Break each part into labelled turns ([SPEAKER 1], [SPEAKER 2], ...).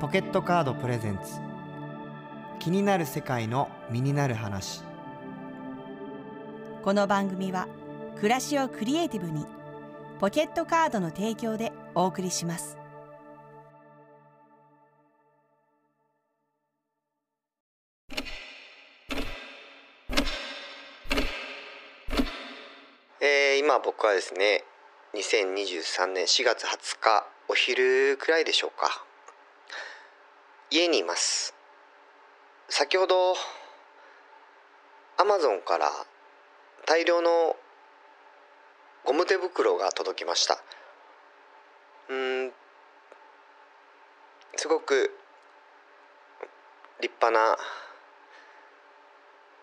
[SPEAKER 1] ポケットカードプレゼンツ気になる世界の身になる話
[SPEAKER 2] この番組は暮らしをクリエイティブにポケットカードの提供でお送りします
[SPEAKER 1] えー今僕はですね2023年4月20日お昼くらいでしょうか家にいます先ほどアマゾンから大量のゴム手袋が届きましたうーんすごく立派な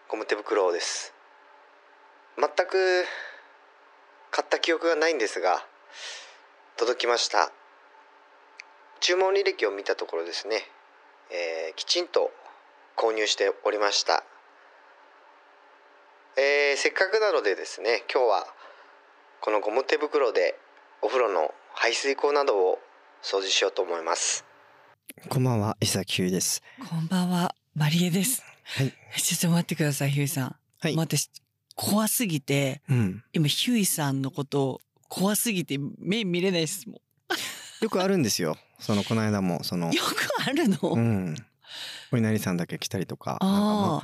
[SPEAKER 1] ゴム手袋です全く買った記憶がないんですが届きました注文履歴を見たところですね、えーきちんと購入しておりました、えーせっかくなのでですね今日はこのゴム手袋でお風呂の排水口などを掃除しようと思いますこんばんは伊崎優です
[SPEAKER 3] こんばんは、マリエです。
[SPEAKER 1] はい
[SPEAKER 3] ちょっと待ってください、ヒュイさん。
[SPEAKER 1] はい
[SPEAKER 3] もう私、怖すぎて、
[SPEAKER 1] うん
[SPEAKER 3] 今ヒュイさんのことを怖すぎて目見れないですも
[SPEAKER 1] よくあるんですよそのこの間もその
[SPEAKER 3] ん。よくあるの、
[SPEAKER 1] うんお稲荷さんだけ来たりとかなんかまあ
[SPEAKER 3] ああ、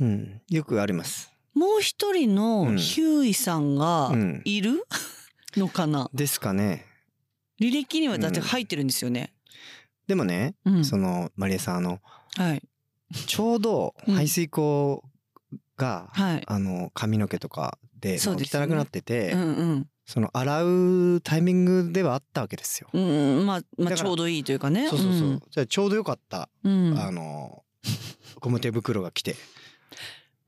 [SPEAKER 1] うん、よくあります。
[SPEAKER 3] もう一人
[SPEAKER 1] うん
[SPEAKER 3] のヒュイさんが
[SPEAKER 1] うん
[SPEAKER 3] いる、のかな
[SPEAKER 1] ですかね。
[SPEAKER 3] 履歴にはだって入ってるんですよね。
[SPEAKER 1] でもね、
[SPEAKER 3] うん。
[SPEAKER 1] そのマリエさんあの
[SPEAKER 3] はい。
[SPEAKER 1] ちょうど
[SPEAKER 3] うん
[SPEAKER 1] 排水口が、
[SPEAKER 3] はい。
[SPEAKER 1] あの髪の毛とかで
[SPEAKER 3] そうですよ
[SPEAKER 1] 汚
[SPEAKER 3] ね
[SPEAKER 1] くなってて、
[SPEAKER 3] うんうん
[SPEAKER 1] その洗うタイミングではあったわけですよ。
[SPEAKER 3] うんうん、まあ、
[SPEAKER 1] だ
[SPEAKER 3] まあ、
[SPEAKER 1] から
[SPEAKER 3] ちょうどいいというかね。
[SPEAKER 1] そうそうそう。じゃあちょうどよかった、
[SPEAKER 3] うん。うん
[SPEAKER 1] あのゴム手袋が来 て、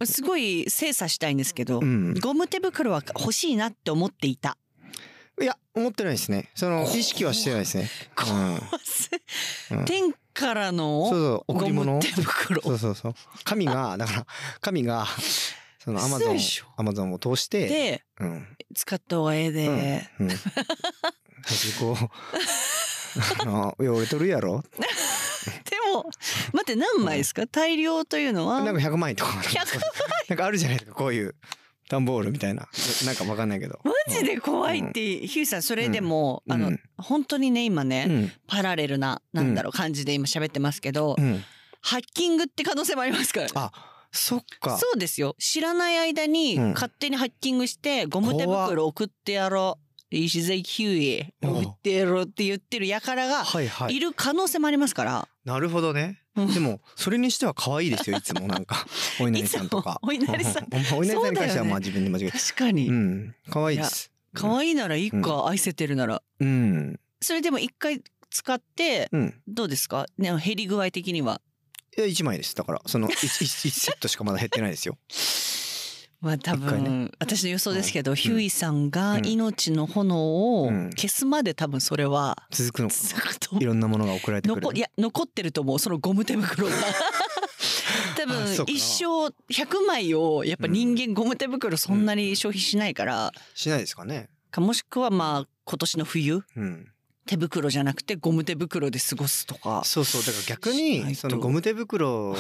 [SPEAKER 3] すごい精査したいんですけど、
[SPEAKER 1] うん、
[SPEAKER 3] ゴム手袋は欲しいなって思っていた。
[SPEAKER 1] いや思ってないですね。その意識はしてないですね。うんうん
[SPEAKER 3] 天から
[SPEAKER 1] そう
[SPEAKER 3] の
[SPEAKER 1] そう贈
[SPEAKER 3] ゴ
[SPEAKER 1] り物
[SPEAKER 3] ム手袋
[SPEAKER 1] そうそうそう神がだから神がそのアマゾン
[SPEAKER 3] そうでしょ
[SPEAKER 1] アマゾンを通して
[SPEAKER 3] で
[SPEAKER 1] うん、
[SPEAKER 3] 使った方がええで、
[SPEAKER 1] うん、端っこあの「いや俺取るやろ」
[SPEAKER 3] でも待って何枚ですか、大量というのは
[SPEAKER 1] なんか100万円とか
[SPEAKER 3] 100
[SPEAKER 1] なんかあるじゃないですかこういう段ボールみたいななんかわかんないけど
[SPEAKER 3] マジで怖いって、ヒューさんそれでも、
[SPEAKER 1] うん
[SPEAKER 3] あの、
[SPEAKER 1] うん
[SPEAKER 3] 本当にね今ね、
[SPEAKER 1] うん
[SPEAKER 3] パラレルななんだろう感じで今喋ってますけど、
[SPEAKER 1] うん
[SPEAKER 3] ハッキングって可能性もありますからね
[SPEAKER 1] あそっか
[SPEAKER 3] そうですよ知らない間に
[SPEAKER 1] うん
[SPEAKER 3] 勝手にハッキングしてゴム手袋送ってやろう石崎ヒューイ
[SPEAKER 1] おう
[SPEAKER 3] 送ってやろうって言ってる輩が
[SPEAKER 1] はいはいい
[SPEAKER 3] る可能性もありますから、
[SPEAKER 1] なるほどね
[SPEAKER 3] うん
[SPEAKER 1] でもそれにしては可愛いですよいつもなん かお稲荷さんとか
[SPEAKER 3] いつもお稲荷さん
[SPEAKER 1] うまあお稲荷さんに関してはまあ
[SPEAKER 3] そうだよね
[SPEAKER 1] 自分で間違えて
[SPEAKER 3] 確かに、
[SPEAKER 1] うん可愛いです
[SPEAKER 3] 可愛いならいいか、愛せてるなら
[SPEAKER 1] うん
[SPEAKER 3] それでも一回使って
[SPEAKER 1] うん
[SPEAKER 3] どうですかね減り具合的にはい
[SPEAKER 1] や1枚ですだからその 1, セットしかまだ減ってないですよ
[SPEAKER 3] まあ多
[SPEAKER 1] 一回
[SPEAKER 3] 分、私の予想ですけど、
[SPEAKER 1] うん
[SPEAKER 3] ヒューイさんが命の炎を
[SPEAKER 1] うん
[SPEAKER 3] 消すまで多分それは
[SPEAKER 1] 続 くのか
[SPEAKER 3] 続くと思う
[SPEAKER 1] いろんなものが送られてくる
[SPEAKER 3] 残いや残ってると思うそのゴム 手袋が多
[SPEAKER 1] あそう
[SPEAKER 3] 分
[SPEAKER 1] かな
[SPEAKER 3] 一生100枚をやっぱ人間ゴム手袋そんなに消費しないから、
[SPEAKER 1] しないですかね
[SPEAKER 3] かもしくはまあ今年の冬
[SPEAKER 1] うん
[SPEAKER 3] 手袋じゃなくてゴム手袋で過ごすとか
[SPEAKER 1] そうそうだから逆
[SPEAKER 3] しない
[SPEAKER 1] に
[SPEAKER 3] と
[SPEAKER 1] そのゴム手袋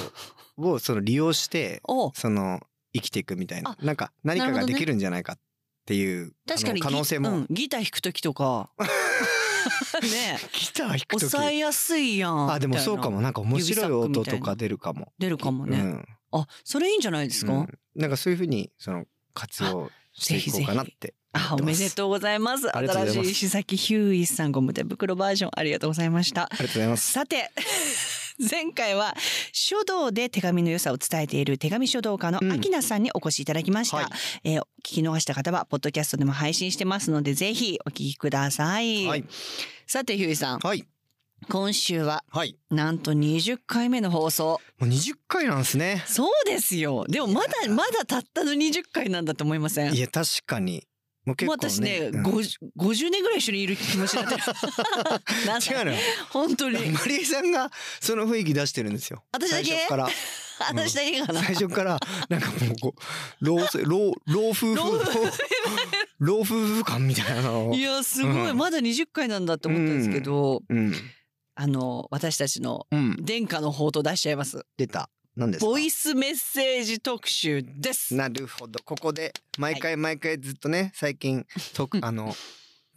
[SPEAKER 1] をその利用して
[SPEAKER 3] を
[SPEAKER 1] その生きていくみたいな
[SPEAKER 3] あ
[SPEAKER 1] なんか何か
[SPEAKER 3] なる
[SPEAKER 1] が
[SPEAKER 3] ほど
[SPEAKER 1] で
[SPEAKER 3] ね
[SPEAKER 1] きるんじゃないかっていう
[SPEAKER 3] 確かに
[SPEAKER 1] あの可能性
[SPEAKER 3] ギう
[SPEAKER 1] も
[SPEAKER 3] ん、ギター弾く時 とかねえ
[SPEAKER 1] ギター弾く時
[SPEAKER 3] 抑えやすいやん
[SPEAKER 1] あでもそうか
[SPEAKER 3] も
[SPEAKER 1] もなんか面白い
[SPEAKER 3] 指サック
[SPEAKER 1] 音
[SPEAKER 3] みたい
[SPEAKER 1] と
[SPEAKER 3] な
[SPEAKER 1] か出るかも
[SPEAKER 3] 出るかもね、
[SPEAKER 1] うん
[SPEAKER 3] あそれいいんじゃないですか、
[SPEAKER 1] うんなんかそういうふうにその活用していこうかなって
[SPEAKER 3] あおめで
[SPEAKER 1] う
[SPEAKER 3] とうございます
[SPEAKER 1] ありがとうござ
[SPEAKER 3] 新
[SPEAKER 1] いま
[SPEAKER 3] し
[SPEAKER 1] す
[SPEAKER 3] い石崎ヒューイさんゴム手袋バージョンありがとうございました
[SPEAKER 1] ありがとうございます
[SPEAKER 3] さて 前回は書道で手紙の良さを伝えている手紙書道家の
[SPEAKER 1] うん
[SPEAKER 3] 秋名さんにお越しいただきました、
[SPEAKER 1] はい
[SPEAKER 3] えー聞き逃した方はポッドキャストでも配信してますのでぜひお聞きください、
[SPEAKER 1] はい
[SPEAKER 3] さてひゅーいさん
[SPEAKER 1] はい
[SPEAKER 3] 今週は
[SPEAKER 1] はい
[SPEAKER 3] なんと20回目の放送
[SPEAKER 1] もう20回なんですね
[SPEAKER 3] そうですよでもまだまだたったの20回なんだと思いません
[SPEAKER 1] いや確かにもう結
[SPEAKER 3] もう
[SPEAKER 1] 構ね
[SPEAKER 3] 私
[SPEAKER 1] う
[SPEAKER 3] ね、
[SPEAKER 1] ん
[SPEAKER 3] 50 50年ぐらい一緒にいる気持ちになってるなんか
[SPEAKER 1] 違う のよ
[SPEAKER 3] 本当に
[SPEAKER 1] マリエさんがその雰囲気出してるんですよ。
[SPEAKER 3] 私だけ
[SPEAKER 1] 最初から
[SPEAKER 3] 私だけかな
[SPEAKER 1] 最初からなんかもうこう老老老夫婦
[SPEAKER 3] 老夫
[SPEAKER 1] 老夫婦感みたいなのを
[SPEAKER 3] いやすごい、
[SPEAKER 1] うん
[SPEAKER 3] まだ20回なんだって思ったんですけど、
[SPEAKER 1] うん
[SPEAKER 3] あの私たちの
[SPEAKER 4] うん。
[SPEAKER 3] 殿下の方と出しちゃいます
[SPEAKER 4] 出た。何ですか
[SPEAKER 3] ボイスメッセージ特集です
[SPEAKER 4] なるほど。ここで、毎回毎回ずっとね、最近、とあの、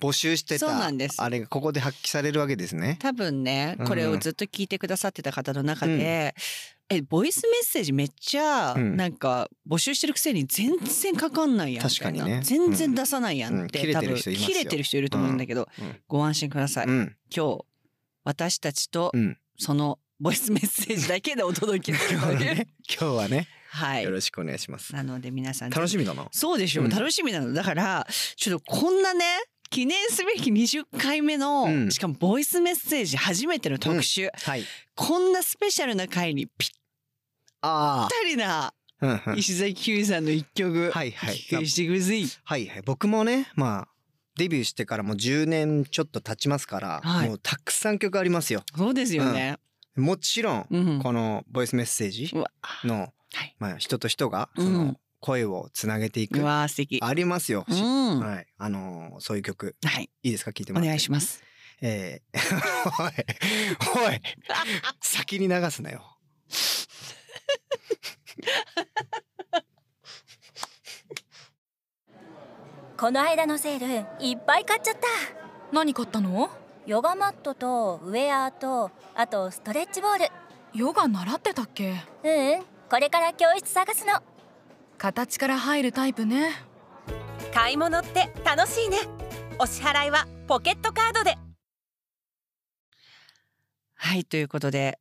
[SPEAKER 4] 募集して
[SPEAKER 3] そうな
[SPEAKER 4] た
[SPEAKER 3] んです、
[SPEAKER 4] あれがここで発揮されるわけですね。
[SPEAKER 3] 多分ね
[SPEAKER 4] うん
[SPEAKER 3] これをずっと聞いてくださってた方の中で、えボイスメッセージめっちゃ
[SPEAKER 4] うん
[SPEAKER 3] なんか募集してるくせに全然かかんないやんみたいな
[SPEAKER 4] 確かにね
[SPEAKER 3] 全然出さないやんって、
[SPEAKER 4] うんうん切れ
[SPEAKER 3] 多
[SPEAKER 4] て
[SPEAKER 3] 分
[SPEAKER 4] る人いますよ
[SPEAKER 3] 切れてる人いると思うんだけど、
[SPEAKER 4] うんうん
[SPEAKER 3] ご安心ください、
[SPEAKER 4] うん。
[SPEAKER 3] 今日私たちと
[SPEAKER 4] うん
[SPEAKER 3] そのボイスメッセージだけでお届け
[SPEAKER 4] 今
[SPEAKER 3] す
[SPEAKER 4] 日
[SPEAKER 3] る
[SPEAKER 4] は
[SPEAKER 3] という、
[SPEAKER 4] ね、今日はね、
[SPEAKER 3] はい
[SPEAKER 4] よろしくお願いします。
[SPEAKER 3] なので皆さん
[SPEAKER 4] 楽しみだな。
[SPEAKER 3] そうでしょ、う
[SPEAKER 4] うん
[SPEAKER 3] 楽しみなのだからちょっとこんなね記念すべき20回目の、
[SPEAKER 4] うん
[SPEAKER 3] しかもボイスメッセージ初めての特集、
[SPEAKER 4] はい。
[SPEAKER 3] こんなスペシャルな回にぴっ
[SPEAKER 4] あ
[SPEAKER 3] たりな
[SPEAKER 4] あ。うんうん。
[SPEAKER 3] 石崎ひゅういさんの一曲、
[SPEAKER 4] はいはい
[SPEAKER 3] お聞きしてください。
[SPEAKER 4] はいはい、僕もねまあデビューしてからもう10年ちょっと経ちますから、
[SPEAKER 3] はい
[SPEAKER 4] もうたくさん曲ありますよ
[SPEAKER 3] そうですよね。
[SPEAKER 4] もちろん、
[SPEAKER 3] うん。
[SPEAKER 4] このボイスメッセージ
[SPEAKER 3] うわ
[SPEAKER 4] の、
[SPEAKER 3] はい
[SPEAKER 4] まあ、人と人が
[SPEAKER 3] うん
[SPEAKER 4] その声をつなげていく、
[SPEAKER 3] うわー素敵。
[SPEAKER 4] ありますよ、
[SPEAKER 3] うん。は
[SPEAKER 4] はい、あのーそういう曲
[SPEAKER 3] い。
[SPEAKER 4] いいですか聞いて
[SPEAKER 3] お
[SPEAKER 4] もらって
[SPEAKER 3] 願いします。
[SPEAKER 4] えー、 おいおい先に流すなよ
[SPEAKER 5] この間のセールいっぱい買っちゃった
[SPEAKER 6] 何買ったの
[SPEAKER 5] ヨガマットとウェアとあとストレッチボール
[SPEAKER 6] ヨガ習ってたっ
[SPEAKER 5] う
[SPEAKER 6] け
[SPEAKER 5] んうんこれから教室探すの
[SPEAKER 6] 形から入るタイプね
[SPEAKER 7] 買い物って楽しいねお支払いはポケットカードで
[SPEAKER 3] はいということで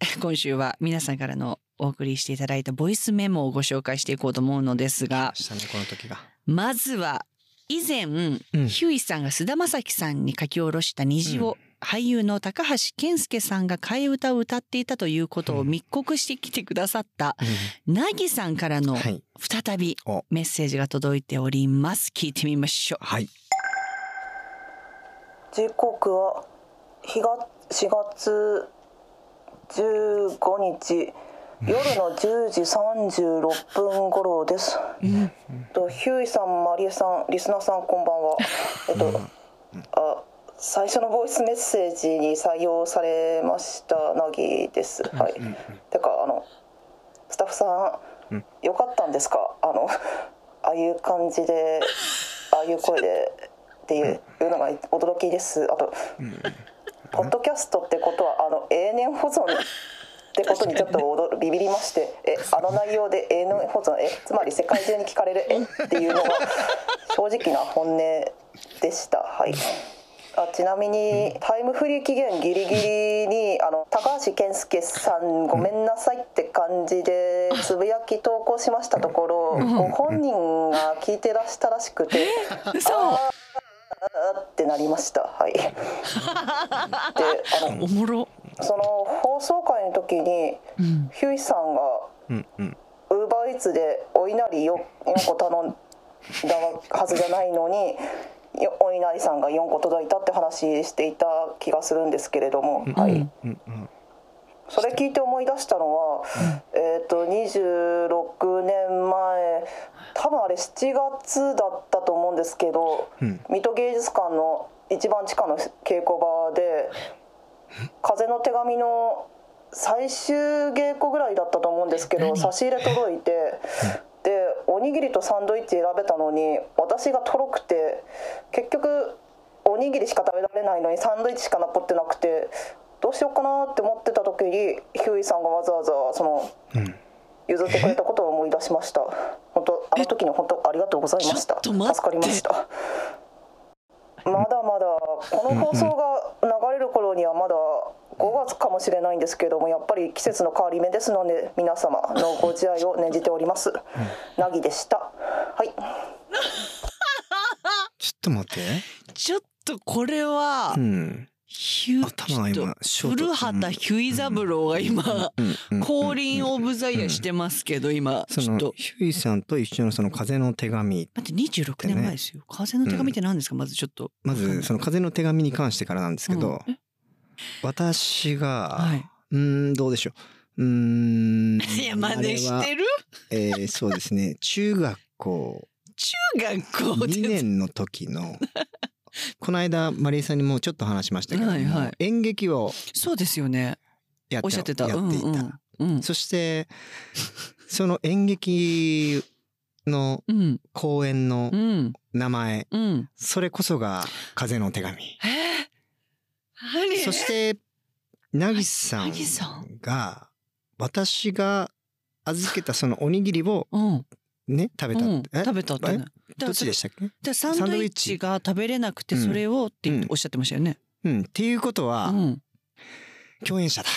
[SPEAKER 3] 今週は皆さんからのお送りしていただいたボイスメモをご紹介していこうと思うのですが
[SPEAKER 4] したねこの時が
[SPEAKER 3] まずは以前、
[SPEAKER 4] ん
[SPEAKER 3] ヒューイさんが菅田将暉さんに書き下ろした虹を、俳優の高橋健介さんが替え歌を歌っていたということを
[SPEAKER 4] うん
[SPEAKER 3] 密告してきてくださった
[SPEAKER 4] う
[SPEAKER 3] なぎさんから
[SPEAKER 4] ん
[SPEAKER 3] の
[SPEAKER 4] はい
[SPEAKER 3] 再び
[SPEAKER 4] お
[SPEAKER 3] メッセージが届いております聞いてみましょう
[SPEAKER 4] はい
[SPEAKER 8] 時刻は日が4月15日夜の10時36分頃です。えっとヒューイさん、マリエさん、リスナーさんこんばんは。えっと、あ最初のボイスメッセージに採用されましたナギです。はい。てかあのスタッフさん、よかったんですかあのああいう感じでああいう声でっていうのが驚きですあと、ポッドキャストってことはあの永年保存ってことにちょっと驚ビビりましてえあの内容で永年保存えつまり世界中に聞かれるえっていうのが正直な本音でしたはい。あちなみにタイムフリー期限ギリギリにあの高橋健介さんごめんなさいって感じでつぶやき投稿しましたところご本人が聞いてらしたらしくて
[SPEAKER 3] 嘘
[SPEAKER 8] あーってなりましたはい。であの
[SPEAKER 3] おもろ、
[SPEAKER 8] その放送会の時に
[SPEAKER 3] うん、
[SPEAKER 8] ヒューイさんが
[SPEAKER 4] うんうん
[SPEAKER 8] ウーバーイーツでお稲荷よ4個頼んだはずじゃないのによお稲荷さんが4個届いたって話していた気がするんですけれども、はい
[SPEAKER 4] うんうん
[SPEAKER 8] それ聞いて思い出したのは、えっ、と26年前多分あれ7月だったと思うんですけど、
[SPEAKER 4] うん
[SPEAKER 8] 水戸芸術館の一番地下の稽古場で「風の手紙」の最終稽古ぐらいだったと思うんですけど差し入れ届いて。でおにぎりとサンドイッチ選べたのに私がとろくて結局おにぎりしか食べられないのにサンドイッチしか残ってなくてどうしようかなって思ってた時にヒューイさんがわざわざその
[SPEAKER 4] うん
[SPEAKER 8] 譲ってくれたことを思い出しました本当あの時に本当ありがとうございました
[SPEAKER 3] ちょっと待って
[SPEAKER 8] 助かりましたまだまだこの放送が流れる頃にはまだ5月かもしれないんですけれどもやっぱり季節の変わり目ですので皆様のご自愛を念じておりますなぎでしたはい
[SPEAKER 4] ちょっと待って
[SPEAKER 3] ちょっとこれは、
[SPEAKER 4] うん
[SPEAKER 3] ヒュ
[SPEAKER 4] 頭が
[SPEAKER 3] ちょっ
[SPEAKER 4] 今
[SPEAKER 3] と
[SPEAKER 4] ショート
[SPEAKER 3] 古畑ヒュイ三郎が今、
[SPEAKER 4] うんうん
[SPEAKER 3] 降臨オブザイヤーしてますけど今
[SPEAKER 4] そ
[SPEAKER 3] ちょっ
[SPEAKER 4] の
[SPEAKER 3] と
[SPEAKER 4] ヒューイさんと一緒のその風の手紙
[SPEAKER 3] 待って26年前ですよ風の手紙って何ですかまずちょっと
[SPEAKER 4] まずその風の手紙に関してからなんですけど、
[SPEAKER 3] うんえ
[SPEAKER 4] 私が、
[SPEAKER 3] はい、
[SPEAKER 4] うーんどうでしょうう ーん
[SPEAKER 3] いや真似
[SPEAKER 4] あ
[SPEAKER 3] し
[SPEAKER 4] れ
[SPEAKER 3] て
[SPEAKER 4] は
[SPEAKER 3] る
[SPEAKER 4] えーそう ですね中学校
[SPEAKER 3] 中学校
[SPEAKER 4] 2
[SPEAKER 3] で
[SPEAKER 4] 年の時のこの間マリエさんにもちょっと話しましたけど、
[SPEAKER 3] はいはい
[SPEAKER 4] 演劇を
[SPEAKER 3] そうですよね。
[SPEAKER 4] やって
[SPEAKER 3] おっしゃってた。
[SPEAKER 4] やっていた、
[SPEAKER 3] うんうん。
[SPEAKER 4] そしてその演劇の
[SPEAKER 3] うん。
[SPEAKER 4] 公演の
[SPEAKER 3] うん。
[SPEAKER 4] 名前
[SPEAKER 3] うん。
[SPEAKER 4] それこそが「風の手紙
[SPEAKER 3] えー、何」
[SPEAKER 4] そして渚さん
[SPEAKER 3] 渚さ
[SPEAKER 4] が私が預けたそのおにぎりを
[SPEAKER 3] うん、
[SPEAKER 4] ね食べた
[SPEAKER 3] うん
[SPEAKER 4] って、え
[SPEAKER 3] 食べたってね。
[SPEAKER 4] どっちでしたたっけ
[SPEAKER 3] サンドイッチが食べれなくて
[SPEAKER 4] うん
[SPEAKER 3] それをって
[SPEAKER 4] うん
[SPEAKER 3] おっしゃってましたよね。
[SPEAKER 4] うんっていうこと
[SPEAKER 3] う
[SPEAKER 4] は、
[SPEAKER 3] ん、
[SPEAKER 4] 共演者だ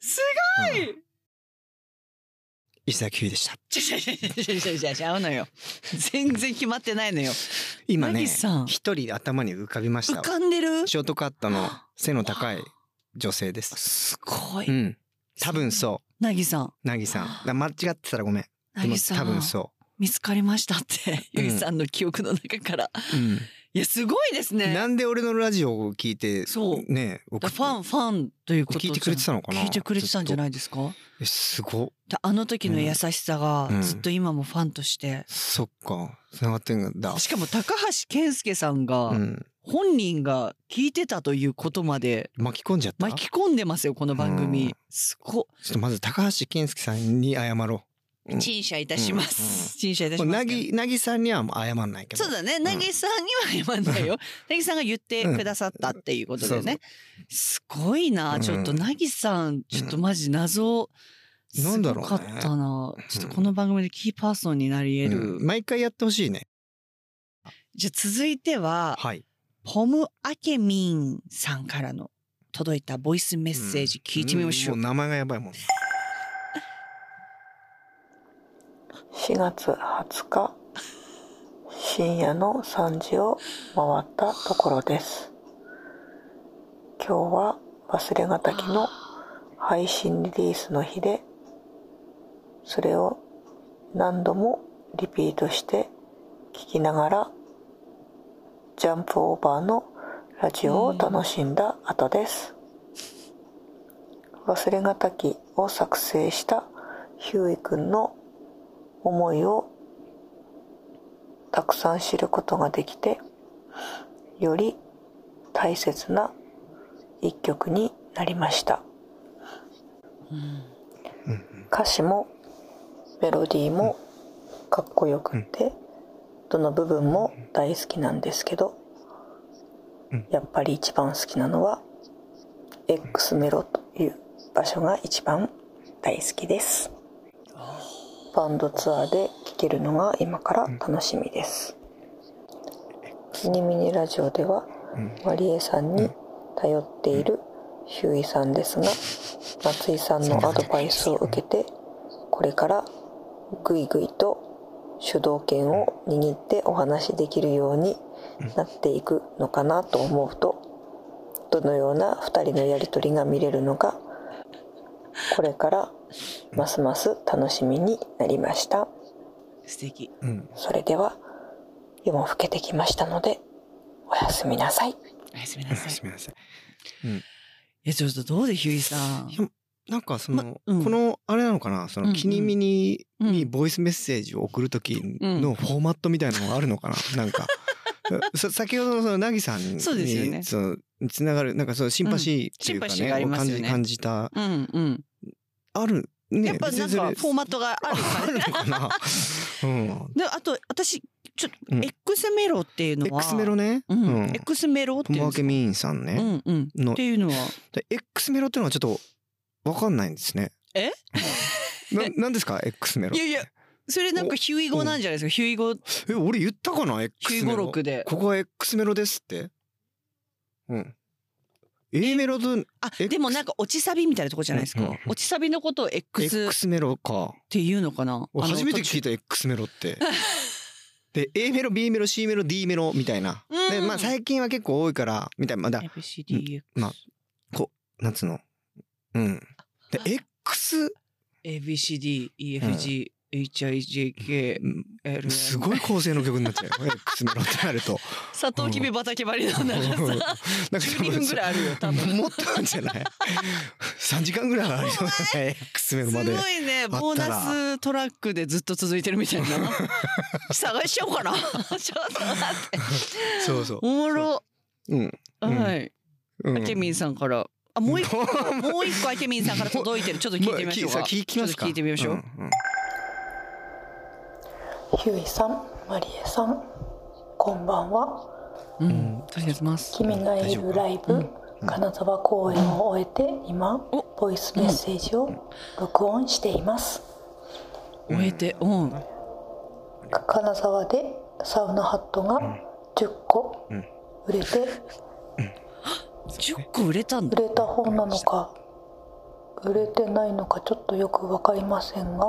[SPEAKER 3] す
[SPEAKER 4] ごい、うん石崎ひゅういでした
[SPEAKER 3] ごい。じゃじゃじゃじゃじゃじゃ合うのよ。全然決まってないのよ。
[SPEAKER 4] 今ね
[SPEAKER 3] 渚さん
[SPEAKER 4] 一人頭に浮かびました
[SPEAKER 3] 浮
[SPEAKER 4] わ
[SPEAKER 3] かんでる。
[SPEAKER 4] ショートカットの背の高い女性です
[SPEAKER 3] すご
[SPEAKER 4] う
[SPEAKER 3] い。
[SPEAKER 4] ん多分そ
[SPEAKER 3] なぎさん。
[SPEAKER 4] うなぎさんだ間違ってたらごめん
[SPEAKER 3] な
[SPEAKER 4] でも
[SPEAKER 3] ぎさん。
[SPEAKER 4] 多分そ
[SPEAKER 3] 見つかりましたって、
[SPEAKER 4] うん
[SPEAKER 3] ゆりさんの記憶の中から。
[SPEAKER 4] う、うん
[SPEAKER 3] いや、すごいですね。
[SPEAKER 4] なんで俺のラジオを聞いて
[SPEAKER 3] そう
[SPEAKER 4] ね送
[SPEAKER 3] だ
[SPEAKER 4] っ
[SPEAKER 3] ファン、ファンということじゃん
[SPEAKER 4] 聞いてくれてたのかな
[SPEAKER 3] 聞いてくれてたんじゃないですか
[SPEAKER 4] えすごっ
[SPEAKER 3] だあの時の優しさが
[SPEAKER 4] うん
[SPEAKER 3] ずっと今もファンとして、
[SPEAKER 4] そっか繋がってんだ
[SPEAKER 3] しかも高橋健介さんが、
[SPEAKER 4] うん
[SPEAKER 3] 本人が聞いてたということまで
[SPEAKER 4] 巻き込んじゃった
[SPEAKER 3] 巻き込んでますよこの番組、
[SPEAKER 4] うん
[SPEAKER 3] すご
[SPEAKER 4] ちょっとまず高橋健介さんに謝ろう、う
[SPEAKER 3] い
[SPEAKER 4] ん
[SPEAKER 3] 陳謝いたします、陳謝いたし
[SPEAKER 4] もう
[SPEAKER 3] ます
[SPEAKER 4] なぎなぎさんにはもう謝んないけど
[SPEAKER 3] そうだねなぎさんには 言わないよなぎさんが言ってくださったっていうことでね、すごいなちょっと
[SPEAKER 4] うん
[SPEAKER 3] なぎさんちょっとマジ謎
[SPEAKER 4] なんだろうね
[SPEAKER 3] すごかったなちょっとこの番組でキーパーソンになり得る、
[SPEAKER 4] うん毎回やってほしいね
[SPEAKER 3] じゃあ続いては
[SPEAKER 4] はい
[SPEAKER 3] ポムアケミンさんからの届いたボイスメッセージ聞いてみましょう。
[SPEAKER 4] んも名前がやばいもん
[SPEAKER 9] 4月20日深夜の3時を回ったところです今日は忘れがたきの配信リリースの日でそれを何度もリピートして聞きながらジャンプオーバーのラジオを楽しんだ後です、忘れがたきを作成したヒューイ君の思いをたくさん知ることができてより大切な一曲になりました歌詞もメロディーもかっこよくってどの部分も大好きなんですけど
[SPEAKER 4] うん
[SPEAKER 9] やっぱり一番好きなのは X メロという場所が一番大好きですバンドツアーで聴けるのが今から楽しみです。ミニミニラジオでは、マリエさんに頼っているヒューイさんですが、松井さんのアドバイスを受けて、これからぐいぐいと主導権を握ってお話しできるようになっていくのかなと思うと、どのような2人のやりとりが見れるのか、これからますます楽しみになりました。
[SPEAKER 3] 素敵。
[SPEAKER 4] うん
[SPEAKER 9] それでは、夜も更けてきましたので、おやすみなさい。
[SPEAKER 3] おやすみなさい。
[SPEAKER 4] すみません
[SPEAKER 3] いやちょっとどうでひゅーいさん
[SPEAKER 4] い。やなんかその、
[SPEAKER 3] まうん
[SPEAKER 4] このあれなのかなそ
[SPEAKER 3] うん
[SPEAKER 4] の
[SPEAKER 3] うん
[SPEAKER 4] キニミニ
[SPEAKER 3] うん
[SPEAKER 4] にボイスメッセージを送る時のフォーマットみたいなのがあるのかな、なんか さ先ほどのそのなぎさんに
[SPEAKER 3] そうですよね
[SPEAKER 4] そうつながるなんかそのシンパシーっていうか
[SPEAKER 3] うんシンパシーがあ
[SPEAKER 4] ね,、
[SPEAKER 3] ります
[SPEAKER 4] 感
[SPEAKER 3] よ
[SPEAKER 4] じ
[SPEAKER 3] ね
[SPEAKER 4] 感じた
[SPEAKER 3] うんうん。
[SPEAKER 4] あるね
[SPEAKER 3] やっぱ
[SPEAKER 4] 別
[SPEAKER 3] なんか
[SPEAKER 4] に
[SPEAKER 3] フ
[SPEAKER 4] それ
[SPEAKER 3] ォーマットがある
[SPEAKER 4] あ
[SPEAKER 3] か
[SPEAKER 4] る
[SPEAKER 3] ら。
[SPEAKER 4] のかな うん
[SPEAKER 3] であと私ちょっ
[SPEAKER 4] う
[SPEAKER 3] と
[SPEAKER 4] ん
[SPEAKER 3] X メロっていうのは。
[SPEAKER 4] X メロ。ね
[SPEAKER 3] う
[SPEAKER 4] うん
[SPEAKER 3] ん。X メロってい
[SPEAKER 4] 友
[SPEAKER 3] う
[SPEAKER 4] 明
[SPEAKER 3] んです
[SPEAKER 4] ミーンさん
[SPEAKER 3] う
[SPEAKER 4] ね、
[SPEAKER 3] んうん。
[SPEAKER 4] の
[SPEAKER 3] っていうのは。
[SPEAKER 4] で X メロってのはちょっとわかんないんですね
[SPEAKER 3] え
[SPEAKER 4] うんななんですか X メロ
[SPEAKER 3] いやいやそれなんかヒューイ語なんじゃないですか。ヒューイ語ヒ
[SPEAKER 4] え俺言ったかな X
[SPEAKER 3] ューイ
[SPEAKER 4] メ
[SPEAKER 3] 語
[SPEAKER 4] ロ
[SPEAKER 3] 録で。
[SPEAKER 4] ここは X メロですってうん。A メロと
[SPEAKER 3] あ
[SPEAKER 4] X
[SPEAKER 3] でもなんか落ちサビみたいなとこじゃないです
[SPEAKER 4] うんうん
[SPEAKER 3] か。落ちサビのことを X っ
[SPEAKER 4] X メロか。
[SPEAKER 3] ていうのかな。
[SPEAKER 4] 俺初めて聞い
[SPEAKER 3] た。
[SPEAKER 4] た X メロ って。で A メロ B メロ C メロ D メロみたいな。
[SPEAKER 3] うん
[SPEAKER 4] でまあ最近は結構多いからみたいなまだ
[SPEAKER 3] ABCDEX。
[SPEAKER 4] まあ夏の。うん。で X
[SPEAKER 3] ABCDEFG、 HIJK
[SPEAKER 4] うんすごい構成の曲になっちゃう よ X メロってなると
[SPEAKER 3] 砂糖きび畑張りの長さ
[SPEAKER 4] うんなんか
[SPEAKER 3] 12分ぐらいあるよ多分
[SPEAKER 4] もっとあるんじゃない 3時間ぐらいはあるよね X メロ
[SPEAKER 3] すご
[SPEAKER 4] ま
[SPEAKER 3] い
[SPEAKER 4] で
[SPEAKER 3] ね
[SPEAKER 4] たら
[SPEAKER 3] ボーナストラックでずっと続いてるみ たいな探しちゃおうかな ちょっと待って
[SPEAKER 4] そうそう
[SPEAKER 3] おもろ
[SPEAKER 4] うんうん
[SPEAKER 3] はい、
[SPEAKER 4] うん
[SPEAKER 3] あけみんさんからあもう一個 もう一個あけみんさんから届いてるちょっと聞いてみましょう
[SPEAKER 4] も
[SPEAKER 3] か
[SPEAKER 4] うきさ聞きますか
[SPEAKER 3] ちょっと聞いてみましょう、
[SPEAKER 4] んん
[SPEAKER 9] ヒューイさんマリエさんこんばんは
[SPEAKER 3] うん、とりあえずます。
[SPEAKER 9] 君がいるライブ、
[SPEAKER 3] うん
[SPEAKER 9] 金沢公演を終えて今
[SPEAKER 3] お
[SPEAKER 9] ボイスメッセージを録音しています
[SPEAKER 3] 終えて、うん、
[SPEAKER 9] 金沢でサウナハットが10個
[SPEAKER 4] うん
[SPEAKER 9] 売れて
[SPEAKER 3] 十個売れたん
[SPEAKER 9] 売
[SPEAKER 3] だ。
[SPEAKER 9] れた方なのか売れてないのかちょっとよく分かりませ んが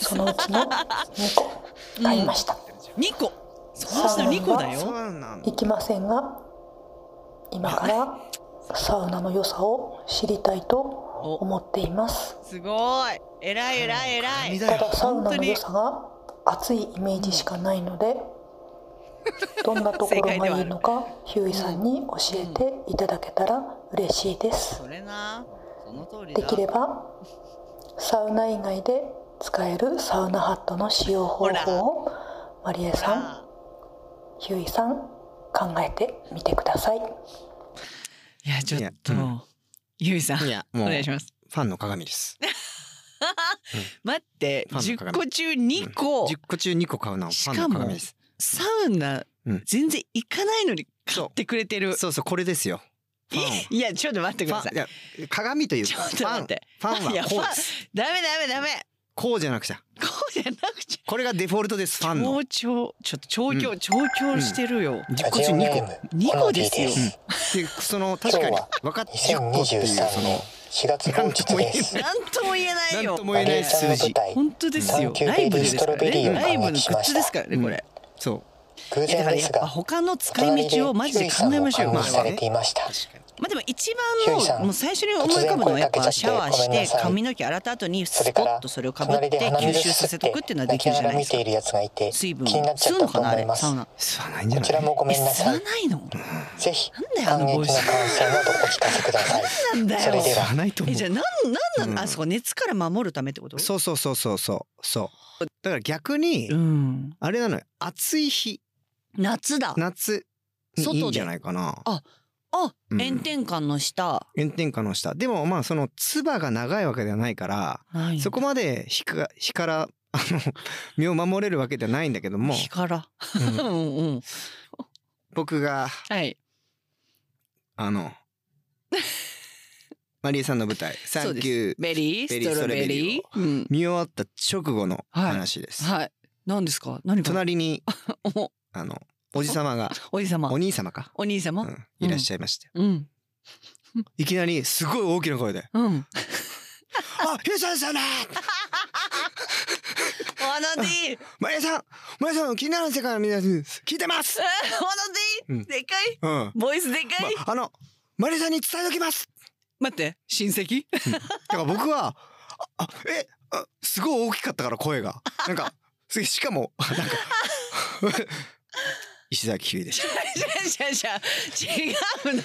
[SPEAKER 9] そのうちの2個買いました、
[SPEAKER 3] 二個。そうしたら二個だ
[SPEAKER 4] そう
[SPEAKER 3] よ。
[SPEAKER 4] なん
[SPEAKER 9] 行きませんが今からサウナの良さを知りたいと思っています
[SPEAKER 3] すごい。えらいえらいえら
[SPEAKER 4] 神
[SPEAKER 3] い。
[SPEAKER 4] だ
[SPEAKER 9] た
[SPEAKER 4] よ
[SPEAKER 9] だサウ
[SPEAKER 3] 本当
[SPEAKER 9] ナの
[SPEAKER 3] に
[SPEAKER 9] 良さが熱いイメージしかない のでどんなところがいいのかヒューイさんに教えていただけたら嬉しいです
[SPEAKER 3] それな。その通りだ。
[SPEAKER 9] できればサウナ以外で使えるサウナハットの使用方法をマリエさんヒューイさん考えてみてください
[SPEAKER 3] いやちょっと
[SPEAKER 4] いやう
[SPEAKER 3] ゆいさん
[SPEAKER 4] いや
[SPEAKER 3] お
[SPEAKER 4] もうフ
[SPEAKER 3] 願いします。
[SPEAKER 4] ァンの鏡です
[SPEAKER 3] 待って
[SPEAKER 4] ファン
[SPEAKER 3] 十
[SPEAKER 4] の鏡
[SPEAKER 3] 個中二個。
[SPEAKER 4] 10個中2個買うのはファン
[SPEAKER 3] しか
[SPEAKER 4] の
[SPEAKER 3] も
[SPEAKER 4] 鏡です
[SPEAKER 3] サウナ
[SPEAKER 4] うん
[SPEAKER 3] 全然行かないのに買ってくれてる。
[SPEAKER 4] そうそうこれですよファンを
[SPEAKER 3] いやちょっと待ってく
[SPEAKER 4] フ
[SPEAKER 3] ださ
[SPEAKER 4] ァンい
[SPEAKER 3] い。
[SPEAKER 4] や鏡という
[SPEAKER 3] ちょ
[SPEAKER 4] か
[SPEAKER 3] っ
[SPEAKER 4] ファ
[SPEAKER 3] と待っ
[SPEAKER 4] ン
[SPEAKER 3] て。
[SPEAKER 4] ファン
[SPEAKER 3] いや
[SPEAKER 4] は
[SPEAKER 3] フ
[SPEAKER 4] こ
[SPEAKER 3] ァン
[SPEAKER 4] うです
[SPEAKER 3] ダメダメダメ。
[SPEAKER 4] こうじゃなくちゃ
[SPEAKER 3] こうじゃなくちゃ。
[SPEAKER 4] これがデフォルトですファンの
[SPEAKER 3] 調教ちょっと調教調教してるよ。
[SPEAKER 4] 10個中2個
[SPEAKER 3] 二個ですよ。
[SPEAKER 4] でその確かに分かって10個っていうその
[SPEAKER 10] 4月
[SPEAKER 4] 何とも言えない
[SPEAKER 3] なんとも言
[SPEAKER 4] 何と。も言え
[SPEAKER 3] えないよ
[SPEAKER 4] ない数字
[SPEAKER 3] 本当ですよ。
[SPEAKER 10] サンキュー
[SPEAKER 3] ライブでですから
[SPEAKER 10] ベリーストロベリー
[SPEAKER 3] ね。
[SPEAKER 10] を
[SPEAKER 3] ライブのグッズですからね、
[SPEAKER 4] うん
[SPEAKER 3] これ。
[SPEAKER 4] そ
[SPEAKER 10] 偶
[SPEAKER 3] いやだからやっぱ他の使い道をマジで考えましょうよ。
[SPEAKER 4] ま
[SPEAKER 3] ま
[SPEAKER 4] あね
[SPEAKER 10] いました
[SPEAKER 3] あでも一
[SPEAKER 10] ひゅういさ
[SPEAKER 3] 番の
[SPEAKER 10] ん
[SPEAKER 3] もう最初に思い浮かぶのはやっぱシャワー
[SPEAKER 10] 突然声かけちゃってごめん
[SPEAKER 3] して
[SPEAKER 10] なさい
[SPEAKER 3] 髪の毛洗った後に
[SPEAKER 10] そ
[SPEAKER 3] ス
[SPEAKER 10] れ
[SPEAKER 3] ポ
[SPEAKER 10] か
[SPEAKER 3] ッ
[SPEAKER 10] ら
[SPEAKER 3] とそれをかぶっ
[SPEAKER 10] 隣
[SPEAKER 3] て
[SPEAKER 10] で鼻
[SPEAKER 3] 吸
[SPEAKER 10] 水
[SPEAKER 3] 収させ
[SPEAKER 10] 吸
[SPEAKER 3] と
[SPEAKER 10] っ
[SPEAKER 3] くって
[SPEAKER 10] て
[SPEAKER 3] いうのはで
[SPEAKER 10] 泣
[SPEAKER 3] き
[SPEAKER 10] き
[SPEAKER 3] る
[SPEAKER 10] な
[SPEAKER 3] じゃ
[SPEAKER 10] が
[SPEAKER 3] な
[SPEAKER 10] ら
[SPEAKER 3] い
[SPEAKER 10] 見
[SPEAKER 3] ですか
[SPEAKER 10] てい。るやつがいて
[SPEAKER 3] 水分
[SPEAKER 10] 気になっちゃ
[SPEAKER 3] 吸
[SPEAKER 10] っ
[SPEAKER 3] うの
[SPEAKER 10] た
[SPEAKER 3] か
[SPEAKER 10] と
[SPEAKER 3] なあ
[SPEAKER 10] 思
[SPEAKER 3] れ
[SPEAKER 10] いま
[SPEAKER 3] サ
[SPEAKER 10] す
[SPEAKER 3] ウナ。
[SPEAKER 4] う吸わないんじゃ
[SPEAKER 10] こ
[SPEAKER 4] な
[SPEAKER 10] ちら
[SPEAKER 4] い
[SPEAKER 10] もごめんなさい
[SPEAKER 3] え吸わないの？
[SPEAKER 10] ぜひ
[SPEAKER 3] なんだよあ
[SPEAKER 10] 感激の
[SPEAKER 3] のボイ
[SPEAKER 10] 感
[SPEAKER 3] ス
[SPEAKER 10] 想などお聞かせください
[SPEAKER 3] なんだ
[SPEAKER 10] それ
[SPEAKER 3] よ。
[SPEAKER 10] で
[SPEAKER 4] 吸
[SPEAKER 10] は
[SPEAKER 4] わないと思
[SPEAKER 3] え
[SPEAKER 4] う
[SPEAKER 3] じゃあなんなんなの？あそこ熱から守るためってこと？
[SPEAKER 4] そうそうそうそうそうそうだから逆に
[SPEAKER 3] うん。
[SPEAKER 4] あれなのよ暑い日
[SPEAKER 3] 夏だ。
[SPEAKER 4] 夏にいいんじゃないかな
[SPEAKER 3] であ
[SPEAKER 4] う、ん
[SPEAKER 3] 炎天下の下。
[SPEAKER 4] 炎天下の下でもまあその唾が長いわけではないから
[SPEAKER 3] ないんだ
[SPEAKER 4] そこまで日か日から あの身を守れるわけではないんだけども
[SPEAKER 3] 日から。
[SPEAKER 4] うん
[SPEAKER 3] うんうん。
[SPEAKER 4] 僕が
[SPEAKER 3] はい。
[SPEAKER 4] あ のマリエさんの舞台「サ
[SPEAKER 3] そう
[SPEAKER 4] ン
[SPEAKER 3] で
[SPEAKER 4] キュー
[SPEAKER 3] す。ベリ
[SPEAKER 4] ベ
[SPEAKER 3] ー、ス
[SPEAKER 4] リー
[SPEAKER 3] トロベ
[SPEAKER 4] ストロベリ
[SPEAKER 3] リ
[SPEAKER 4] ー
[SPEAKER 3] ー。うん」。
[SPEAKER 4] 見終わった直後の話です。
[SPEAKER 3] はい。何ですか何か。
[SPEAKER 4] 隣に
[SPEAKER 3] お
[SPEAKER 4] あのおじさまが
[SPEAKER 3] おじさま
[SPEAKER 4] お。兄様か、
[SPEAKER 3] お兄様。
[SPEAKER 4] うんいらっしゃいまして、
[SPEAKER 3] うん。
[SPEAKER 4] いきなりすごい大きな声で
[SPEAKER 3] う ん。うん、
[SPEAKER 4] 「あヒューさんですよね
[SPEAKER 3] お花でいい。
[SPEAKER 4] マリエさんマリエさんの気になる世界のみんな聞いてます!
[SPEAKER 3] お花
[SPEAKER 4] う
[SPEAKER 3] でい
[SPEAKER 4] ん
[SPEAKER 3] い。でかい。」
[SPEAKER 4] うん、ま
[SPEAKER 3] ボイスでかい。
[SPEAKER 4] あのマリエさんに伝えときます
[SPEAKER 3] 待って、親戚。
[SPEAKER 4] だから僕は「ああえあすごい大きかったから声がなんかすしかもなんか 石崎ひゅーいでした
[SPEAKER 3] じゃじゃじゃ違う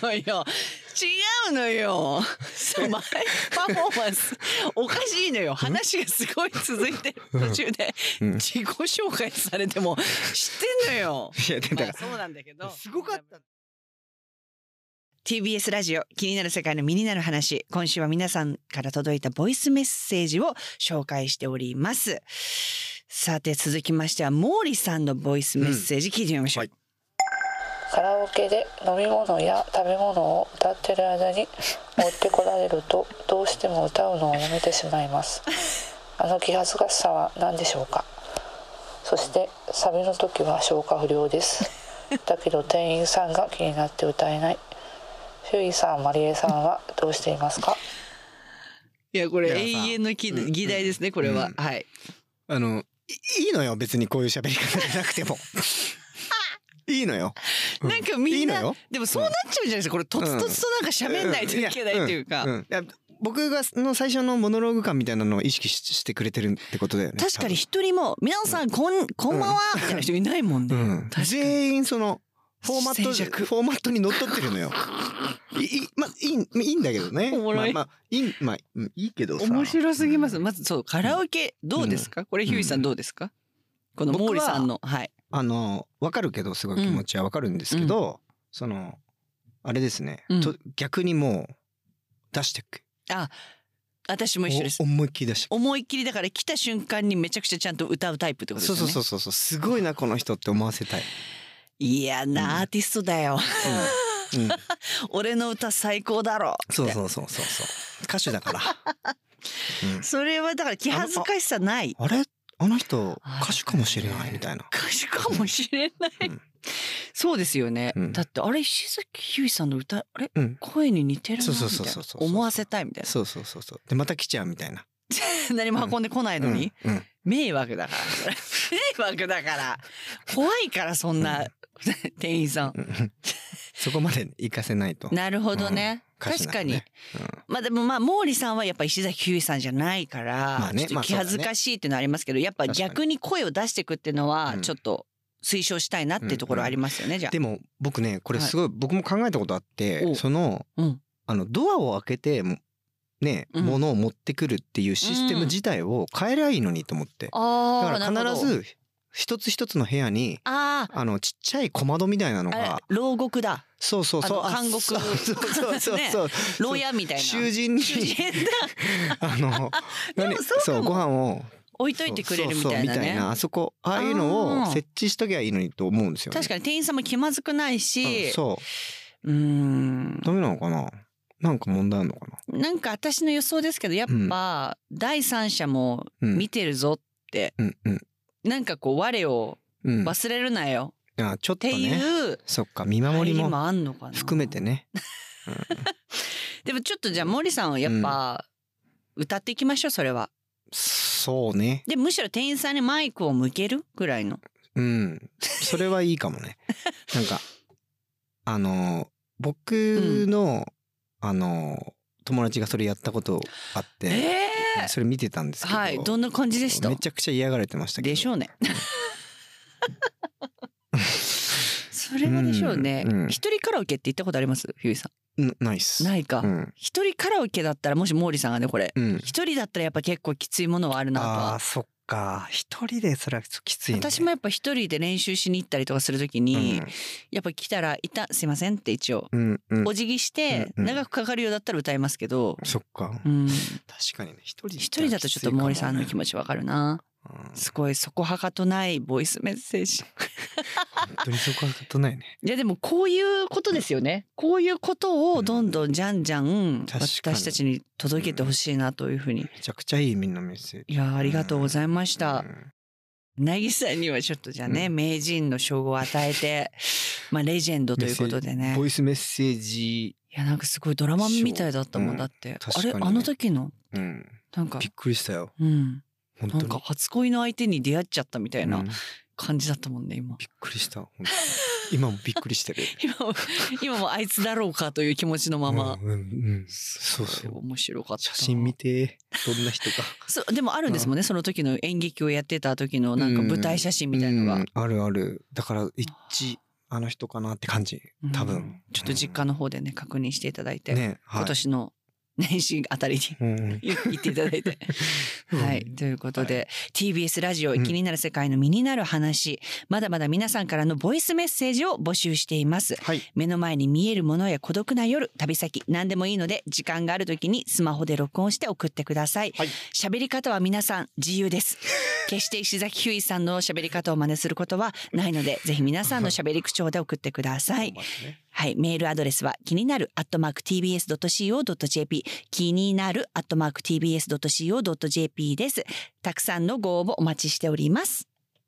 [SPEAKER 3] のよ。違うのよ。そう、前パフォーマンス。おかしいのよ。話がすごい続いてる途中で。
[SPEAKER 4] うん
[SPEAKER 3] 自己紹介されても。知ってんのよ。
[SPEAKER 4] いやでもだ
[SPEAKER 3] ま
[SPEAKER 4] か
[SPEAKER 3] あ、
[SPEAKER 4] ら
[SPEAKER 3] そうなんだけど。
[SPEAKER 4] すごかった。
[SPEAKER 3] TBS ラジオ気になる世界の身になる話今週は皆さんから届いたボイスメッセージを紹介しておりますさて続きましては毛利さんのボイスメッセージ聞いてみましょう、
[SPEAKER 4] はい
[SPEAKER 8] カラオケで飲み物や食べ物を歌ってる間に持ってこられるとどうしても歌うのをやめてしまいますあの気恥ずかしさは何でしょうかそしてサビの時は消化不良ですだけど店員さんが気になって歌えない周囲さんマリエさんはどうしていますか
[SPEAKER 3] いやこれ
[SPEAKER 4] いやさ
[SPEAKER 3] 永遠の議,、
[SPEAKER 4] うん
[SPEAKER 3] 議題ですねこれは、
[SPEAKER 4] うん
[SPEAKER 3] はい
[SPEAKER 4] あのいいいのよ別にこういう喋り方じゃなくて もいいのよ、う
[SPEAKER 3] なんかみんない
[SPEAKER 4] いのよ
[SPEAKER 3] でもそうなっちゃうじゃないですかこれとつとつとなんか喋んないといけないというか、
[SPEAKER 4] んんんいや僕がの最初のモノローグ感みたいなのを意識ししてくれてるってことだよね
[SPEAKER 3] 確かに一人も「皆さんこんこんばんは」みたいな人いないもんね。
[SPEAKER 4] うん全員そのフォーマット
[SPEAKER 3] 静
[SPEAKER 4] フォーマットにのっとってるのよ。いいまあいいいいんだけどね。
[SPEAKER 3] おもろい
[SPEAKER 4] まあまあいいまあうんいいけどさ。
[SPEAKER 3] 面白すぎます。まずそうカラオケどうですか、これヒューイさんどうですか、この
[SPEAKER 4] 僕は
[SPEAKER 3] モーリーさんのはい。
[SPEAKER 4] あのわかるけどすごい気持ちはわかるんですけど、そのあれですね、
[SPEAKER 3] うん
[SPEAKER 4] と逆にもう出してく。
[SPEAKER 3] あ私も一緒です
[SPEAKER 4] お。思いっきり出してく。
[SPEAKER 3] 思いっきりだから来た瞬間にめちゃくちゃちゃんと歌うタイプってことです
[SPEAKER 4] そ
[SPEAKER 3] よ
[SPEAKER 4] う
[SPEAKER 3] ね。
[SPEAKER 4] そうそうそうそうすごいなこの人って思わせたい。
[SPEAKER 3] いやなアーティストだよ。
[SPEAKER 4] うんうん、
[SPEAKER 3] 俺の歌最高だろ。
[SPEAKER 4] そう
[SPEAKER 3] う。
[SPEAKER 4] そうそうそうそう歌手だ から。うん
[SPEAKER 3] それはだから気恥ずかしさない。
[SPEAKER 4] あれあの人歌手かもしれないみた いな。
[SPEAKER 3] 歌手かもしれない。
[SPEAKER 4] うん
[SPEAKER 3] そうですよね。
[SPEAKER 4] うん
[SPEAKER 3] だってあれ石崎ひゅーいさんの歌あれ
[SPEAKER 4] うん。
[SPEAKER 3] 声に似てるなみ
[SPEAKER 4] そう
[SPEAKER 3] たい
[SPEAKER 4] そう
[SPEAKER 3] な
[SPEAKER 4] そうそうそう
[SPEAKER 3] 思わせたいみたい
[SPEAKER 4] そうそうそうそう。でまた来ちゃうみたいな。
[SPEAKER 3] な何も運んでこないのに、
[SPEAKER 4] うんうん
[SPEAKER 3] 迷惑だからそれ迷惑だから怖いからそんな店員さん。
[SPEAKER 4] うんそこまで行かせ ないと。
[SPEAKER 3] なるほどね。
[SPEAKER 4] うん歌詞
[SPEAKER 3] 確
[SPEAKER 4] な
[SPEAKER 3] か
[SPEAKER 4] んで
[SPEAKER 3] に、
[SPEAKER 4] ね
[SPEAKER 3] まあでもまあ毛利さんはやっぱ石崎ひゅーいさんじゃないから、
[SPEAKER 4] まあね
[SPEAKER 3] ちょ
[SPEAKER 4] ま
[SPEAKER 3] っと
[SPEAKER 4] あ
[SPEAKER 3] 気恥ずかしいっていうのはありますけど、やっぱ
[SPEAKER 4] 確かに
[SPEAKER 3] 逆に声を出していくっていうのは
[SPEAKER 4] うん
[SPEAKER 3] ちょっと推奨したいなっていうところありますよね、じゃあ
[SPEAKER 4] でも僕ねこれすごい僕も考えたことあって、
[SPEAKER 3] お
[SPEAKER 4] その,、
[SPEAKER 3] うん
[SPEAKER 4] あのドアを開けてね、
[SPEAKER 3] うん
[SPEAKER 4] 物を持ってくるっていうシステム自体を変えりゃいいのにと思って。
[SPEAKER 3] あ
[SPEAKER 4] だ
[SPEAKER 3] ー
[SPEAKER 4] から必ず一つ一つの部屋に
[SPEAKER 3] あ
[SPEAKER 4] あのちっちゃい小窓みたいなの
[SPEAKER 3] あ、あ
[SPEAKER 4] が
[SPEAKER 3] れ牢獄だ。
[SPEAKER 4] そうそうそう
[SPEAKER 3] あの
[SPEAKER 4] あ
[SPEAKER 3] 監獄
[SPEAKER 4] そうそうそう そう
[SPEAKER 3] ね
[SPEAKER 4] そう
[SPEAKER 3] 牢屋みたいな。
[SPEAKER 4] 囚人に
[SPEAKER 3] 囚人だ。
[SPEAKER 4] あの
[SPEAKER 3] でも
[SPEAKER 4] 何
[SPEAKER 3] そうかも
[SPEAKER 4] そうご飯を
[SPEAKER 3] 置いといてくれるみたいな
[SPEAKER 4] そうそうそうみたい
[SPEAKER 3] ね
[SPEAKER 4] な。あそこああいうの
[SPEAKER 3] あ
[SPEAKER 4] を
[SPEAKER 3] ー
[SPEAKER 4] 設置しときゃいいのにと思うんですよね
[SPEAKER 3] 確かに店員さんも気まずくな
[SPEAKER 4] う
[SPEAKER 3] い
[SPEAKER 4] ん
[SPEAKER 3] し。
[SPEAKER 4] そう
[SPEAKER 3] うーん。
[SPEAKER 4] ダメなのかななんか問題あるのかな
[SPEAKER 3] なんか私の予想ですけど、やっぱ第三者も
[SPEAKER 4] うん
[SPEAKER 3] 見てるぞって、
[SPEAKER 4] うんうん
[SPEAKER 3] なんかこう我を
[SPEAKER 4] うん
[SPEAKER 3] 忘れるなよ
[SPEAKER 4] あちょっ
[SPEAKER 3] っ
[SPEAKER 4] と
[SPEAKER 3] て
[SPEAKER 4] ね
[SPEAKER 3] いう
[SPEAKER 4] そっか見
[SPEAKER 3] 入
[SPEAKER 4] 守り
[SPEAKER 3] り
[SPEAKER 4] も
[SPEAKER 3] もあんのかな。
[SPEAKER 4] 含めて。ね
[SPEAKER 3] でもちょっとじゃあ森さんはやっぱ歌っていきましょう、それは。
[SPEAKER 4] そうね
[SPEAKER 3] で、むしろ店員さんにマイクを向けるぐらいの。
[SPEAKER 4] うんそれはいいかも ねなんかあの僕のあの友達がそれやったことあっ
[SPEAKER 3] え
[SPEAKER 4] て
[SPEAKER 3] え
[SPEAKER 4] それ見てたんですけど
[SPEAKER 3] はい、どんな感じでした
[SPEAKER 4] めちゃくちゃ嫌がられてましたけど
[SPEAKER 3] でしょうね。それはでしょうね。一、
[SPEAKER 4] うんうん
[SPEAKER 3] 人カラオケって行ったことありますひゅーいさ
[SPEAKER 4] うんないっす
[SPEAKER 3] ん。ないか
[SPEAKER 4] う。ん
[SPEAKER 3] 一、人カラオケだったら、もし毛利さんがね、これ。
[SPEAKER 4] うん
[SPEAKER 3] 一人だったらやっぱ結構きついものはあるなと
[SPEAKER 4] ああー
[SPEAKER 3] は。
[SPEAKER 4] そっか一人でそれはきついね
[SPEAKER 3] 私もやっぱ一人で練習しに行ったりとかするときに、やっぱ来たら「いたすいません」って一応
[SPEAKER 4] うんうんうん
[SPEAKER 3] お辞儀して
[SPEAKER 4] うんうん
[SPEAKER 3] 長くかかるようだったら歌いますけど、
[SPEAKER 4] そっか
[SPEAKER 3] うん、
[SPEAKER 4] 確かにね一人
[SPEAKER 3] 一人だとちょっと毛利さんの気持
[SPEAKER 4] ち、
[SPEAKER 3] ちわかるな
[SPEAKER 4] うん
[SPEAKER 3] すごいそこはかとないボイスメッセージ
[SPEAKER 4] 本当にそこはとないね
[SPEAKER 3] いやでもこういうことですよね。こういうことをどんどんじゃんじゃん
[SPEAKER 4] 確かに
[SPEAKER 3] 私たちに届けてほしいなというふうに。
[SPEAKER 4] めちゃくちゃいいみんなメッセージ
[SPEAKER 3] いやーありがとうございまし
[SPEAKER 4] う
[SPEAKER 3] た。
[SPEAKER 4] ん
[SPEAKER 3] なぎさんにはちょっとじゃあね、
[SPEAKER 4] う
[SPEAKER 3] 名人の称号を与 えて、まあレジェンドということでね
[SPEAKER 4] ボ。イスメッセージ、
[SPEAKER 3] いやなんかすごいドラマみたいだったも
[SPEAKER 4] うんん
[SPEAKER 3] だって。
[SPEAKER 4] 確
[SPEAKER 3] あ
[SPEAKER 4] かに
[SPEAKER 3] れ
[SPEAKER 4] ね
[SPEAKER 3] あの時の
[SPEAKER 4] うん、
[SPEAKER 3] なんか
[SPEAKER 4] びっ、くりしたよ
[SPEAKER 3] うん、
[SPEAKER 4] 本当
[SPEAKER 3] な
[SPEAKER 4] に
[SPEAKER 3] んか初恋の相手に出会っちゃったみたい
[SPEAKER 4] うん
[SPEAKER 3] な
[SPEAKER 4] びっ
[SPEAKER 3] 感じだったもんね今。
[SPEAKER 4] くりした本当に今もびっくりしてる
[SPEAKER 3] 今も今もあいつだろうかという気持ちの まま
[SPEAKER 4] う。んうんうんそうそ
[SPEAKER 3] すごいう面白かった。
[SPEAKER 4] 写真見てどんな人か
[SPEAKER 3] そうでもあるんですもんね、その時の演劇をやってた時のなんか舞台写真 みたいの
[SPEAKER 4] う
[SPEAKER 3] が
[SPEAKER 4] ん、あるあるだから一致あの人かなって感じ多分、
[SPEAKER 3] うんちょっと実家の方でね確認していただいて、
[SPEAKER 4] ねはい
[SPEAKER 3] 今年の年始あたりに
[SPEAKER 4] うん
[SPEAKER 3] 行っていただいて。
[SPEAKER 4] うん
[SPEAKER 3] はい。ということで、TBS ラジオ気になる世界の身になる話、まだまだ皆さんからのボイスメッセージを募集しています。
[SPEAKER 4] はい
[SPEAKER 3] 目の前に見えるものや孤独な夜、旅先、何でもいいので、時間がある時にスマホで録音して送ってください。
[SPEAKER 4] はい
[SPEAKER 3] 喋、り方は皆さん自 由です。決して石崎ひゅーいさんの喋り方を真似することはないので、ぜひ皆さんの喋り口調で送ってください。はい。メールアドレスは、気になる、アットマーク tbs.co.jp、気になる、アットマーク tbs.co.jp です。たくさんのご応募お待ちしております。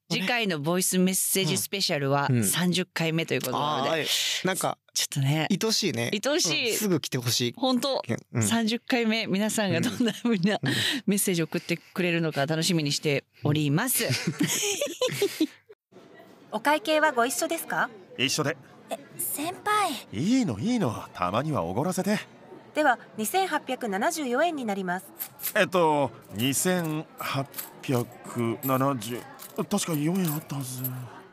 [SPEAKER 3] 次回のボイスメッセージスペシャルは
[SPEAKER 4] うん
[SPEAKER 3] 30回目ということな
[SPEAKER 4] あー
[SPEAKER 3] ので、
[SPEAKER 4] はいなんか
[SPEAKER 3] ちょっとね、
[SPEAKER 4] 愛しいね
[SPEAKER 3] 愛しい
[SPEAKER 4] うんすぐ来てほしい、
[SPEAKER 3] 本当
[SPEAKER 4] うん
[SPEAKER 3] 30回目皆さんがどんなふうな
[SPEAKER 4] うん
[SPEAKER 3] メッセージを送ってくれるのか楽しみにしております。
[SPEAKER 11] お会計はご一緒ですか
[SPEAKER 12] 一緒で
[SPEAKER 5] 先輩
[SPEAKER 12] いいのいいのたまにはおごらせて
[SPEAKER 11] では2874円になります
[SPEAKER 12] えっと2870確か4円あったはず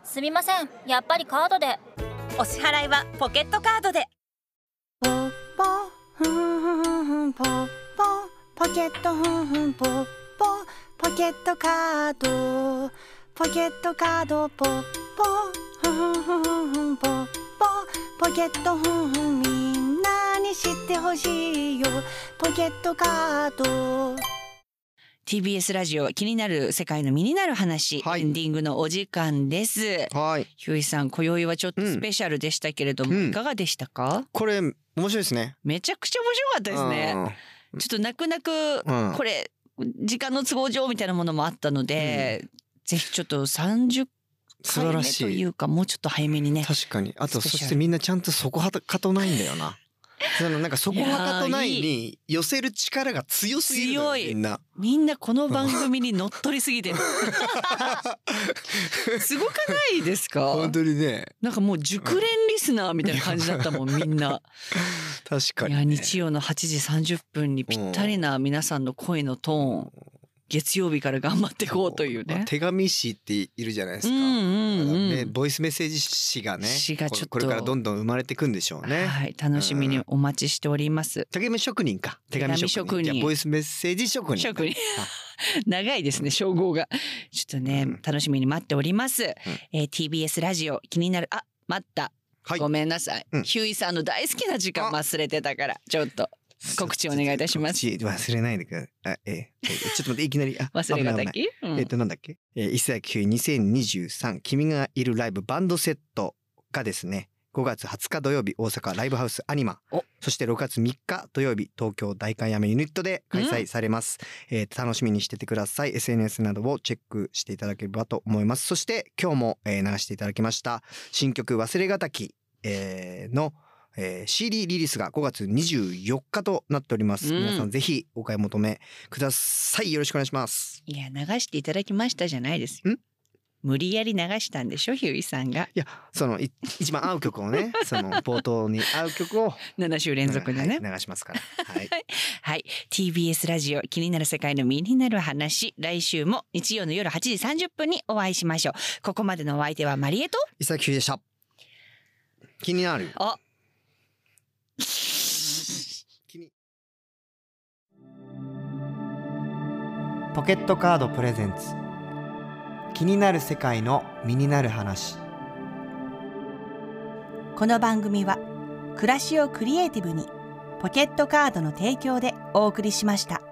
[SPEAKER 5] すみませんやっぱりカードで
[SPEAKER 11] お支払いはポケットカードで
[SPEAKER 2] ポふんふんふんふんポッポポケットふんふんポッポポケットカードポケットカードポッポふんふんふんふんポッポポケットふんふんみんなに知ってほしいよポケットカード
[SPEAKER 3] TBS ラジオ気になる世界の身になる話、エンディングのお時間です。
[SPEAKER 4] はい。
[SPEAKER 3] ひゅういさん、今宵はちょっとスペシャルでしたけれども、
[SPEAKER 4] うん
[SPEAKER 3] いかがでしたか？
[SPEAKER 4] これ面白いですね。
[SPEAKER 3] めちゃくちゃ面白かったですね。ちょっと泣く泣く、
[SPEAKER 4] うん
[SPEAKER 3] これ時間の都合上みたいなものもあったので、ぜひちょっと三十
[SPEAKER 4] 素晴
[SPEAKER 3] 回
[SPEAKER 4] ら
[SPEAKER 3] 目
[SPEAKER 4] しい
[SPEAKER 3] というかもうちょっと早めにね。
[SPEAKER 4] 確かに。あと
[SPEAKER 3] スペシャ
[SPEAKER 4] そし
[SPEAKER 3] ル
[SPEAKER 4] てみんなちゃんとそこはかとないんだよ な。そのなんかそこはかとない
[SPEAKER 3] いやーい
[SPEAKER 4] に寄せる力が強すぎるのよ
[SPEAKER 3] 強い
[SPEAKER 4] みんな。
[SPEAKER 3] みんなこの番組に乗っ取りす ぎてる。すごくないですか？
[SPEAKER 4] 本当にね。
[SPEAKER 3] なんかもう熟練リスナーみたいな感じだったもんみんな。
[SPEAKER 4] 確か
[SPEAKER 3] い
[SPEAKER 4] に。
[SPEAKER 3] や日曜の8時30分にぴったりな皆さんの声のトーン月曜日から頑張っていこうという
[SPEAKER 4] まあ
[SPEAKER 3] ね。
[SPEAKER 4] 手紙師っているじゃないです
[SPEAKER 3] うん
[SPEAKER 4] か。
[SPEAKER 3] うんうん。
[SPEAKER 4] ね、ボイスメッセージ誌がね
[SPEAKER 3] 詩がちょっと
[SPEAKER 4] これからどんどん生まれていくんでしょうね。
[SPEAKER 3] はい、楽しみにお待ちしております。
[SPEAKER 4] 手紙職人か手紙職人
[SPEAKER 3] 手紙職人
[SPEAKER 4] いやボイスメッセージ職人
[SPEAKER 3] 職人長いですね、称号が。ちょっとね、楽しみに待っております。えー TBS ラジオ、気になる、あ、待った。
[SPEAKER 4] はい
[SPEAKER 3] ごめんなさい、
[SPEAKER 4] うん
[SPEAKER 3] ヒューイさんの大好きな時間忘れてたから、ちょっと告知お願いいたします。
[SPEAKER 4] 告知忘れないでくださいあええええちょっと待っていきなりあ
[SPEAKER 3] 忘れがたき、
[SPEAKER 4] えっと、なんだっけえー、一切9 2023君がいるライブバンドセットがですね、5月20日土曜日大阪ライブハウスアニマ。そして6月3日土曜日東京大観山ユニットで開催されます。えー楽しみにしててください。SNS などをチェックしていただければと思います。そして今日も、えー流していただきました新曲忘れがたき、えーのえー CD リリースが5月24日となっております。
[SPEAKER 3] うん
[SPEAKER 4] 皆さんぜひお買い求めください。よろしくお願いします。
[SPEAKER 3] いや、流していただきましたじゃないですよ
[SPEAKER 4] ん。
[SPEAKER 3] 無理やり流したんでしょ、ヒューイさんが。
[SPEAKER 4] いやそのい一番合う曲を ねその冒頭に合う曲を
[SPEAKER 3] 7週連続でね。
[SPEAKER 4] はい流しますからはい
[SPEAKER 3] はい。TBS ラジオ気になる世界の身になる話。来週も日曜の夜8時30分にお会いしましょう。ここまでのお相手はマリエと。
[SPEAKER 4] 伊崎でした気になる
[SPEAKER 3] あ
[SPEAKER 4] ポケットカードプレゼンツ気になる世界の身になる話
[SPEAKER 2] この番組は暮らしをクリエイティブにポケットカードの提供でお送りしました。